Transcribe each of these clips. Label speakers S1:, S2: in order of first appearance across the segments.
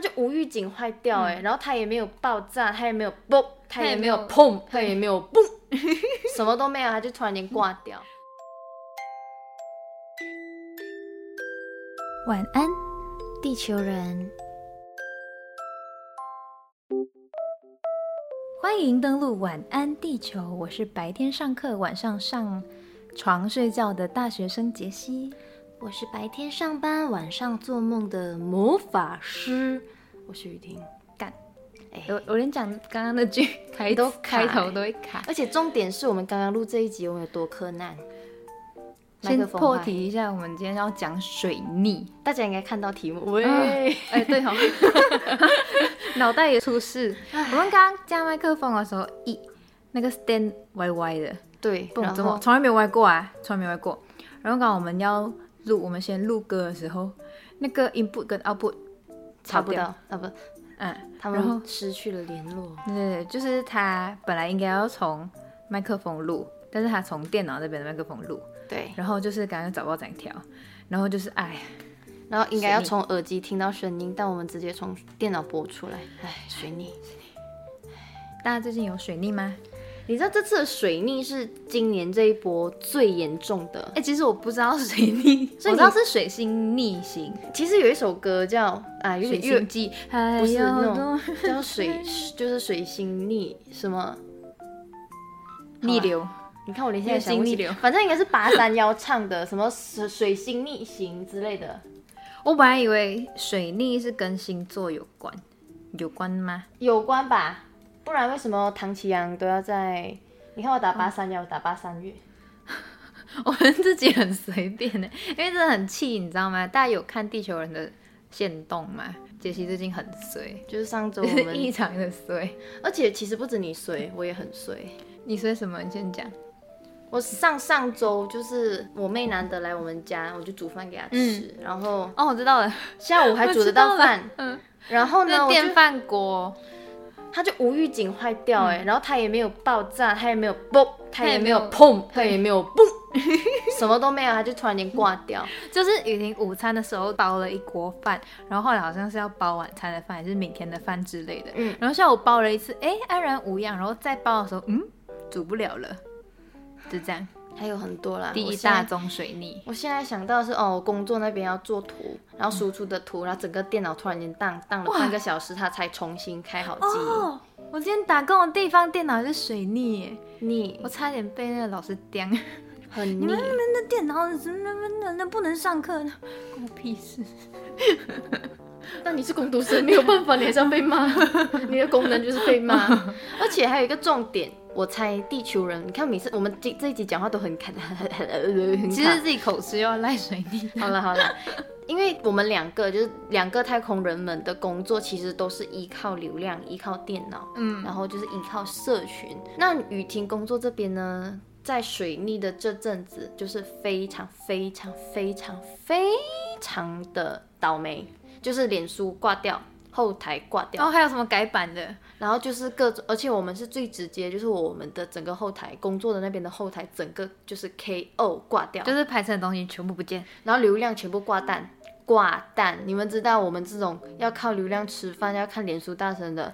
S1: 就无预警坏掉哎、然后它也没有爆炸，它也没有嘣，它
S2: 它
S1: 也
S2: 也
S1: 没
S2: 没
S1: 有
S2: 有
S1: 砰，它也没有嘣， 什么都没有，它就突然间挂掉。
S2: 晚安，地球人。欢迎登录晚安地球，我是白天上课、晚上上床睡觉的大学生杰西。
S1: 我是白天上班、晚上做梦的魔法师，我是雨婷。
S2: 干，
S1: 哎、
S2: 我我连讲刚刚 那句开
S1: 都
S2: 开
S1: 卡
S2: 头都会卡。
S1: 而且重点是我们刚刚录这一集，我们有多柯南。麦克
S2: 先
S1: 风
S2: 破
S1: 坏，
S2: 题一下，我们今天要讲水逆。
S1: 大家应该看到题目。喂，
S2: 哎、对
S1: 哦
S2: 哈、 脑袋也出事。我们刚刚架麦克风的时候，一那个 stand 歪歪的，
S1: 对，
S2: 不懂
S1: 然
S2: 怎么
S1: 后
S2: 从来没有歪过啊，从来没有歪过。然后刚好我们要录，我们先录歌的时候，那个 input 跟 output
S1: 查
S2: 差
S1: 不到，，啊不，
S2: 嗯，
S1: 他
S2: 然后
S1: 们失去了联络。
S2: 对对对，就是他本来应该要从麦克风录，但是他从电脑那边的麦克风录，
S1: 对，
S2: 然后就是刚刚找不到整条，然后就是哎呀，
S1: 然后应该
S2: 水
S1: 要
S2: 逆
S1: 从耳机听到声音，但我们直接从电脑播出来。哎，水逆！
S2: 大家最近有水逆吗？
S1: 你知道这次的水逆是今年这一波最严重的
S2: 哎、。其实我不知道水逆，我
S1: 所以
S2: 知
S1: 你
S2: 道是水星逆行，
S1: 其实有一首歌叫啊，有
S2: 水
S1: 点越
S2: 星记，还
S1: 不是
S2: 有
S1: 那种
S2: 多
S1: 叫水， 就是水星逆什么？
S2: 逆流，
S1: 你看我连现在想不
S2: 月经
S1: 起
S2: 逆流
S1: 反正应该是八三幺唱的什么水水星逆行之类的，
S2: 我本来以为水逆是跟星座有关，有关吗？
S1: 有关吧？不然为什么唐奇阳都要在？你看我打八三幺，我打八三月。
S2: 我们自己很随便的，因为真的很气，你知道吗？大家有看地球人的线动吗？杰西最近很衰，
S1: 就是上周
S2: 就
S1: 我
S2: 是 异
S1: 们，
S2: 常的衰。
S1: 而且其实不止你衰，我也很衰。
S2: 你衰什么？你先讲。
S1: 我上上周就是我妹难得来我们家，我就煮饭给她吃，然后
S2: 哦，我知道了，
S1: 下午还煮得到饭，
S2: 嗯，
S1: 然后呢，
S2: 那
S1: 我
S2: 电
S1: 就
S2: 饭锅，
S1: 她就无预警坏掉哎、然后她也没有爆炸，她也没有嘣，她也没有
S2: 嗯她也没
S1: 砰，她也没有嘣， 什么都没有，她就突然间挂掉。
S2: 就是雨婷午餐的时候包了一锅饭，然后后来好像是要包晚餐的饭，还是明天的饭之类的。
S1: 嗯
S2: 嗯，然后下午包了一次，哎，安然无恙。然后再包的时候，嗯，煮不了了，就这样。
S1: 还有很多啦，
S2: 第
S1: 啊我
S2: 一
S1: 现
S2: 大
S1: 在。
S2: 宗水逆，
S1: 我现在想到的是哦，我工作那边要做图，然后输出的
S2: 嗯
S1: 图，然后整个电脑突然间宕宕了半个小时，它才重新开好机。
S2: 哦，我今天打工的地方电脑是水逆耶，
S1: 腻
S2: 我，差点被那个老师刁。
S1: 很
S2: 你
S1: 腻
S2: 们。那边的电脑怎么那那那不能上课，关我屁事。
S1: 但你是工读生，没有办法，你还是要被 骂。 你的功能就是被骂， 而且还有一个重点，我猜地球人，你看每次我们这这一集讲话都很卡，很很很
S2: 其实自己口吃又要赖水逆。
S1: 好了好了，因为我们两个就是两个太空人们的工作，其实都是依靠流量、依靠电脑，
S2: 嗯
S1: 然后就是依靠社群。那雨婷工作这边呢，在水逆的这阵子，就是非常非常非常非常的倒霉，就是脸书挂掉，后台挂掉，
S2: 然后哦还有什么改版的？
S1: 然后就是各种，而且我们是最直接，就是我们的整个后台工作的那边的后台，整个就是 KO 挂掉，
S2: 就是排成的东西全部不见。
S1: 然后流量全部挂蛋。挂蛋，你们知道我们这种要靠流量吃饭，要看脸书大神的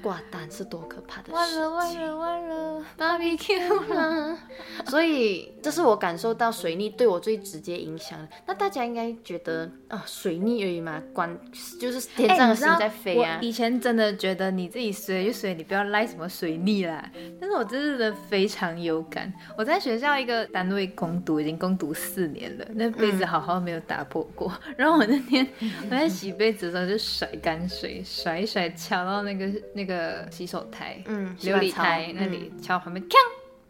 S1: 挂蛋是多可怕的
S2: 完
S1: 事
S2: 了完
S1: 情。
S2: 了完了，barbecue 了。
S1: 所以这是我感受到水逆对我最直接影响的。那大家应该觉得啊，水逆而已嘛，管就是天
S2: 哎
S1: 上的星在飞啊
S2: 我。以前真的觉得你自己随就随，你不要赖什么水逆啦。但是我真的非常有感，我在学校一个单位攻读，已经攻读四年了，那被
S1: 嗯
S2: 子好好没有打破过。 然后我那天我在洗被子的时候就甩干水，甩一甩敲到那个那个洗手台，
S1: 嗯洗
S2: 琉
S1: 碗
S2: 璃
S1: 槽
S2: 台那
S1: 嗯
S2: 里敲旁边，锵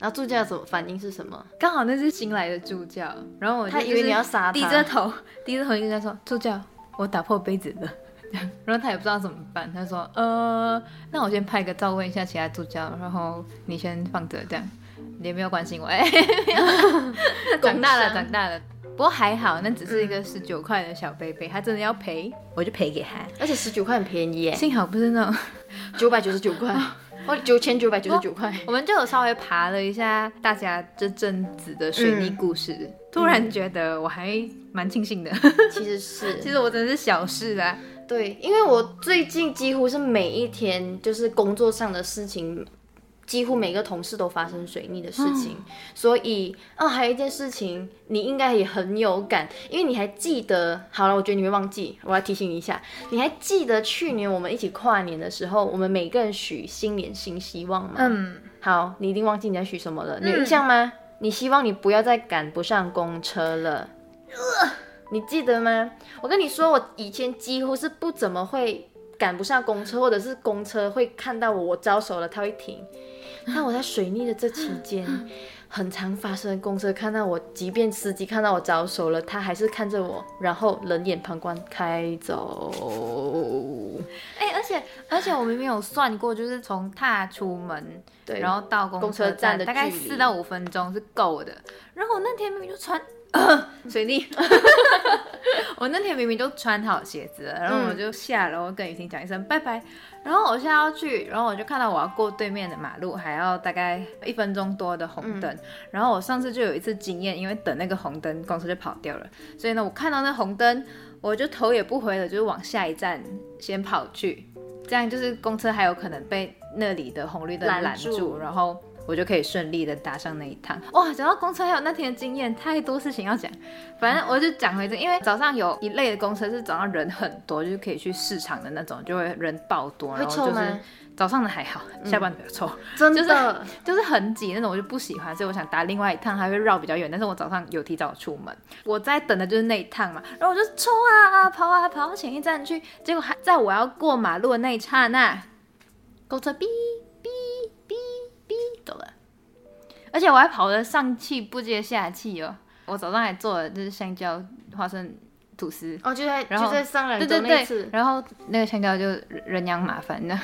S1: 然后助教怎么反应是什么？
S2: 刚好那是新来的助教，然后我就
S1: 他以为你要杀他
S2: 低着头，低着头就跟他说：“助教，我打破杯子了。” 然后他也不知道怎么办，他说：“呃，那我先拍个照问一下其他助教，然后你先放着这样，你也没有关心我。” 哎，长大了，长大了。不过还好，那只是一个十九块的小杯杯，他真的要赔，我就赔给他。
S1: 而且十九块很便宜耶，
S2: 幸好不是那种
S1: 九百九十九 块，哦或哦九千九百九十九块。
S2: 我们就有稍微爬了一下大家这阵子的水泥故事，嗯突然觉得我还蛮庆幸的。
S1: 其实是，
S2: 其实我真的是小事啊，
S1: 对，因为我最近几乎是每一天，就是工作上的事情，几乎每个同事都发生水逆的事情，所以哦，还有一件事情，你应该也很有感，因为你还记得，好了，我觉得你会忘记，我要提醒你一下，你还记得去年我们一起跨年的时候，我们每个人许新年新希望吗？
S2: 嗯，
S1: 好，你一定忘记你在许什么了，你有印象吗？你希望你不要再赶不上公车了，
S2: 呃
S1: 你记得吗？我跟你说，我以前几乎是不怎么会赶不上公车，或者是公车会看到我，我招手了，它会停。但我在水逆的这期 间，很常发生公车看到我，即便司机看到我招手了，他还是看着我，然后冷眼旁观开走。
S2: 哎、而且而且我明明有算过，就是从踏出门，
S1: 对
S2: 然后到公
S1: 公车
S2: 车
S1: 站的
S2: 大概
S1: 距离
S2: 四到五分钟是够的。然后我那天明明就 穿水逆， 我那天明明就穿好鞋子了，然后我就下楼跟雨婷讲一声拜拜。然后我现在要去，然后我就看到我要过对面的马路，还要大概一分钟多的红灯。然后我上次就有一次经验，因为等那个红灯，公车就跑掉了。所以呢，我看到那红灯，我就头也不回的，就是往下一站先跑去，这样就是公车还有可能被那里的红绿灯
S1: 拦
S2: 拦住，
S1: 住
S2: 然后我就可以顺利的搭上那一趟。哇，讲到公车还有那天的经验，太多事情要讲。反正我就讲回这，因为早上有一类的公车是早上人很多，就是可以去市场的那种，就会人爆多，
S1: 会
S2: 然后
S1: 臭
S2: 就是
S1: 吗？
S2: 早上的还好，下班比较臭。
S1: 真的、
S2: 就是 就是很挤那种，我就不喜欢，所以我想搭另外一趟，还会绕比较远。但是我早上有提早出门，我在等的就是那一趟嘛，然后我就冲啊啊跑啊跑到前一站去，结果还在我要过马路的那一刹那，公车哔哔哔哔走了，而且我还跑得上气不接下气哦。我早上还做了就是香蕉花生吐司，
S1: 哦，就在
S2: 然后
S1: 就在上来
S2: 对
S1: 的
S2: 对
S1: 那一次
S2: 对，，然后那个香蕉就人仰马翻的，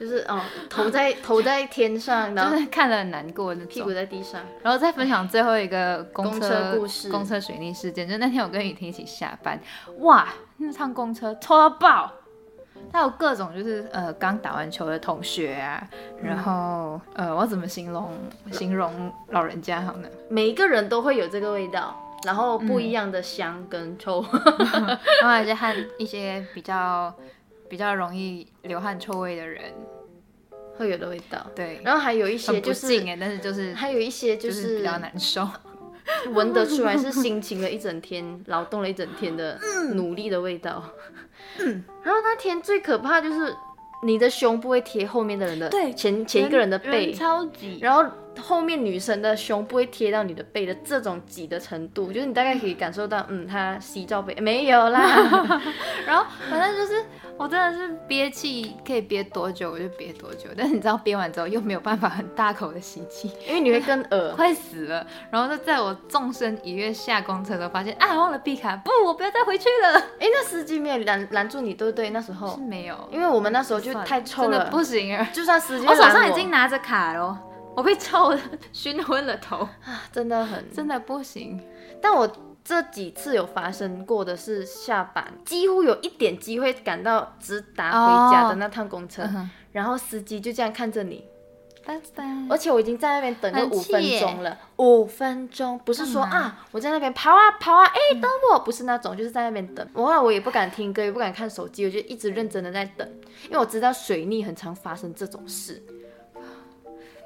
S1: 就是哦，头在头在天 上，然
S2: 就
S1: 后
S2: 是看了很难过那种。
S1: 屁股在地上。
S2: 然后再分享最后一个公
S1: 公车故事
S2: 公车水逆事件，就那天我跟雨婷一起下班，哇，那趟公车臭到爆，它有各种就是呃刚打完球的同学啊，然后呃我要怎么形容形容老人家好呢？
S1: 每一个人都会有这个味道，然后不
S2: 嗯
S1: 一样的香跟臭。
S2: 然后还是和一些比较比较容易流汗臭味的人，
S1: 会有的味道。
S2: 对，
S1: 然后还有一些
S2: 很
S1: 就
S2: 不
S1: 是
S2: 近，哎，但是就是
S1: 还有一些就
S2: 就是比
S1: 是
S2: 较难受，
S1: 闻得出来是辛勤了一整天、劳动了一整天的
S2: 嗯
S1: 努力的味道。然后那天最可怕就是你的胸部会贴后面的人的
S2: 对
S1: 前前一个人的背
S2: 人，超级
S1: 然后后面女生的胸不会贴到你的背的这种挤的程度，就是你大概可以感受到，嗯，她吸罩杯没有 啦，
S2: 然后反正就是我真的是憋气，可以憋多久我就憋多久，但是你知道憋完之后又没有办法很大口的吸气，
S1: 因为你会更恶。
S2: 快死了。然后就在我纵身一跃下公车的时候，发现啊忘了闭卡，不，我不要再回去了。
S1: 哎，那司机没有拦拦住你，对不对？那时候
S2: 是，没有，
S1: 哦因为我们那时候就
S2: 算了
S1: 太臭
S2: 真
S1: 了
S2: 的，不行啊。
S1: 就算司机
S2: 我手
S1: 拦
S2: 上已经拿着卡了，我被臭的熏昏了 头，
S1: 啊真的很，
S2: 真的不行。
S1: 但我。这几次有发生过的是下班，几乎有一点机会赶到直达回家的那趟公车
S2: 哼
S1: 然后司机就这样看着你，
S2: 但是
S1: 而且我已经在那边等了
S2: 很
S1: 五
S2: 气
S1: 分
S2: 耶
S1: 钟了，五分钟不是说
S2: 干嘛嗯
S1: 啊，我在那边跑啊跑啊，哎、等我，不是那种，就是在那边等。我后来我也不敢听歌，也不敢看手机，我就一直认真的在等，因为我知道水逆很常发生这种事。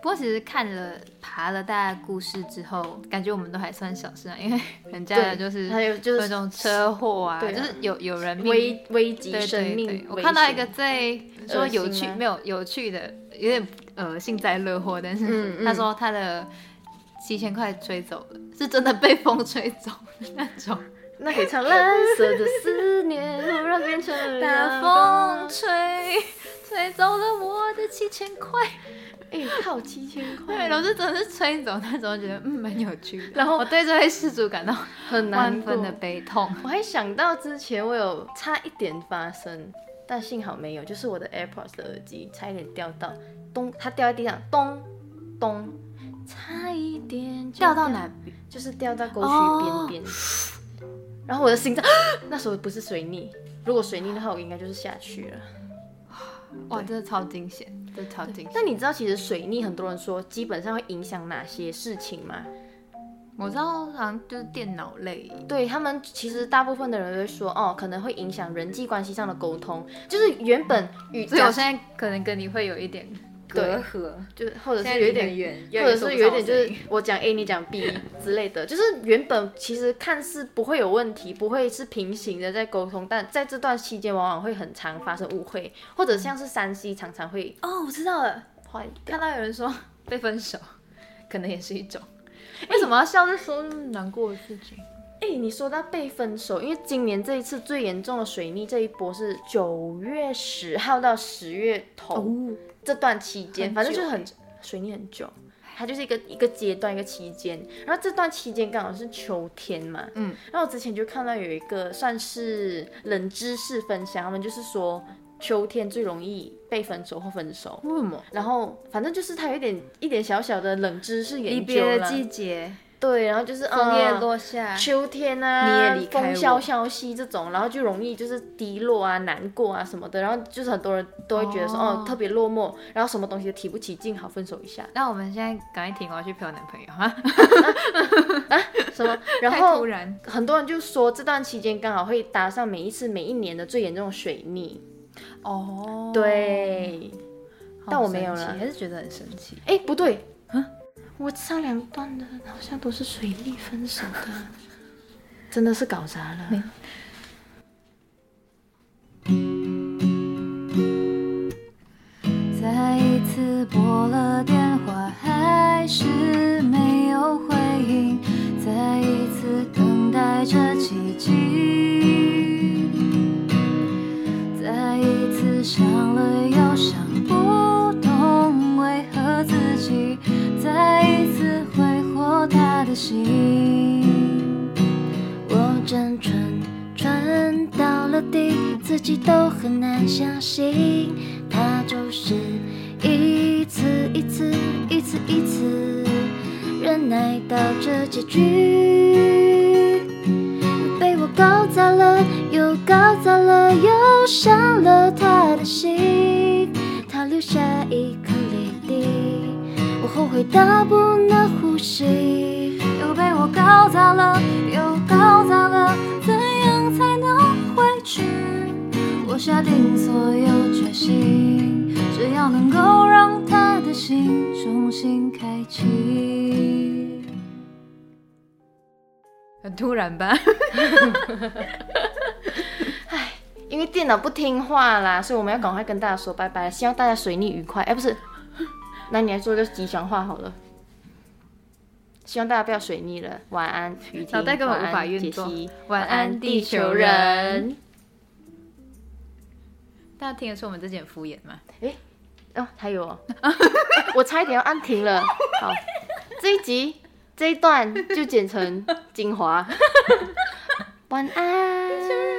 S2: 不过其实看了爬了大家故事之后，感觉我们都还算小事啊，因为人家的
S1: 对
S2: 就是
S1: 还有就是
S2: 那种车祸啊，
S1: 对啊
S2: 就是有有人命
S1: 危危及
S2: 对对
S1: 生命
S2: 对
S1: 危
S2: 我看到
S1: 险
S2: 一个最说有
S1: 恶心啊
S2: 趣
S1: 吗
S2: 没有有趣的，有点呃幸灾乐祸，但
S1: 嗯
S2: 是
S1: 嗯
S2: 他说他的七千块吹走了，是真的被风吹走的那种。
S1: 那可以唱蓝色的思念，忽然变成了
S2: 大
S1: 阳
S2: 风
S1: 光。
S2: 吹吹走了我的七千块，
S1: 哎、套七千
S2: 对，
S1: 块，
S2: 然后就真的是吹走那种，觉得嗯蛮有趣的。
S1: 然后
S2: 我对这位失主感到
S1: 很难
S2: 万
S1: 过
S2: 分的悲痛。
S1: 我还想到之前我有差一点发生，但幸好没有，就是我的 AirPods 的耳机差一点掉到，咚，它掉在地上，咚咚，差一点就
S2: 掉到哪？边？
S1: 就是掉到沟渠边边。然后我的心脏， 那时候不是水逆，如果水逆的话，我应该就是下去了。
S2: 哇，真的超惊险，真的超惊险。
S1: 那你知道其实水逆很多人说基本上会影响哪些事情吗？
S2: 我知道，好像就是电脑类，
S1: 对他们，其实大部分的人都会说，哦，可能会影响人际关系上的沟通，就是原本与
S2: 所以我
S1: 假
S2: 现在可能跟你会有一点隔阂，
S1: 就是或者
S2: 现
S1: 是
S2: 在
S1: 有一
S2: 离
S1: 点
S2: 很远，
S1: 或者是有一点就是我讲 A 你讲 B 之类的，就是原本其实看似不会有问题，不会是平行的在沟通，但在这段期间往往会很常发生误会，或者像是山西常常会
S2: 哦，我知道了，
S1: 坏掉。
S2: 看到有人说被分手，可能也是一种。为什么要笑着说难过的事情？
S1: 哎、你说到被分手，因为今年这一次最严重的水逆这一波是九月十号到十月头、
S2: 哦
S1: 这段期间，
S2: 很
S1: 反正就是
S2: 久欸
S1: 很水逆很久。它就是一个一个阶段一个期间，然后这段期间刚好是秋天嘛，
S2: 嗯，
S1: 然后我之前就看到有一个算是冷知识分享，他们就是说秋天最容易被分手或分手，
S2: 为什么？
S1: 然后反正就是它有一点一点小小的冷知识
S2: 离
S1: 研究
S2: 别的
S1: 啦
S2: 季节，
S1: 对，然后就是
S2: 枫叶
S1: 嗯
S2: 落下，
S1: 秋天啊，
S2: 你也离开我
S1: 风萧萧兮这种，然后就容易就是低落啊、难过啊什么的，然后就是很多人都会觉得说，
S2: 哦
S1: 哦，特别落寞，然后什么东西都提不起劲，好分手一 下
S2: 那我们现在赶快停，我要去陪我男朋友哈。
S1: 什么，然
S2: 太突
S1: 后。
S2: 然，
S1: 很多人就说这段期间刚好会搭上每一次每一年的最严重的水逆，
S2: 哦，
S1: 对，
S2: 好
S1: 但我没有
S2: 神奇
S1: 啦
S2: 还是觉得很神奇。
S1: 哎、不对，我上两段的好像都是水逆分手的，真的是搞砸了。
S2: 再一次拨了电话，还是没有回应，再一次等待着奇迹，再一次想了又想，不懂为何自己，再一次挥霍他的心。我辗转转到了底，自己都很难相信，它就是一次一次一次一次忍耐到这结局。被我搞砸了，又搞砸了，又伤了他的心，他留下一颗泪滴，我后悔到不能呼吸。又被我搞砸了，又搞砸了，怎样才能回去？我下定所有决心，只要能够让他的心重新开启。很突然吧？
S1: 因为电脑不听话啦，所以我们要赶快跟大家说拜拜，希望大家水逆愉快。哎，不是， 那你来做一个吉祥话好了。希望大家不要水逆了，晚安，雨婷，
S2: 脑袋根本
S1: 晚安
S2: 无法运作
S1: 解析
S2: 晚
S1: 晚安，
S2: 安
S1: 地
S2: 地
S1: 球
S2: 球
S1: 人
S2: 人。大家听得出我们这件敷衍吗？
S1: 哦，还有哦， 哎我差一点要按停了。好，这一集这一段就剪成精华。晚安。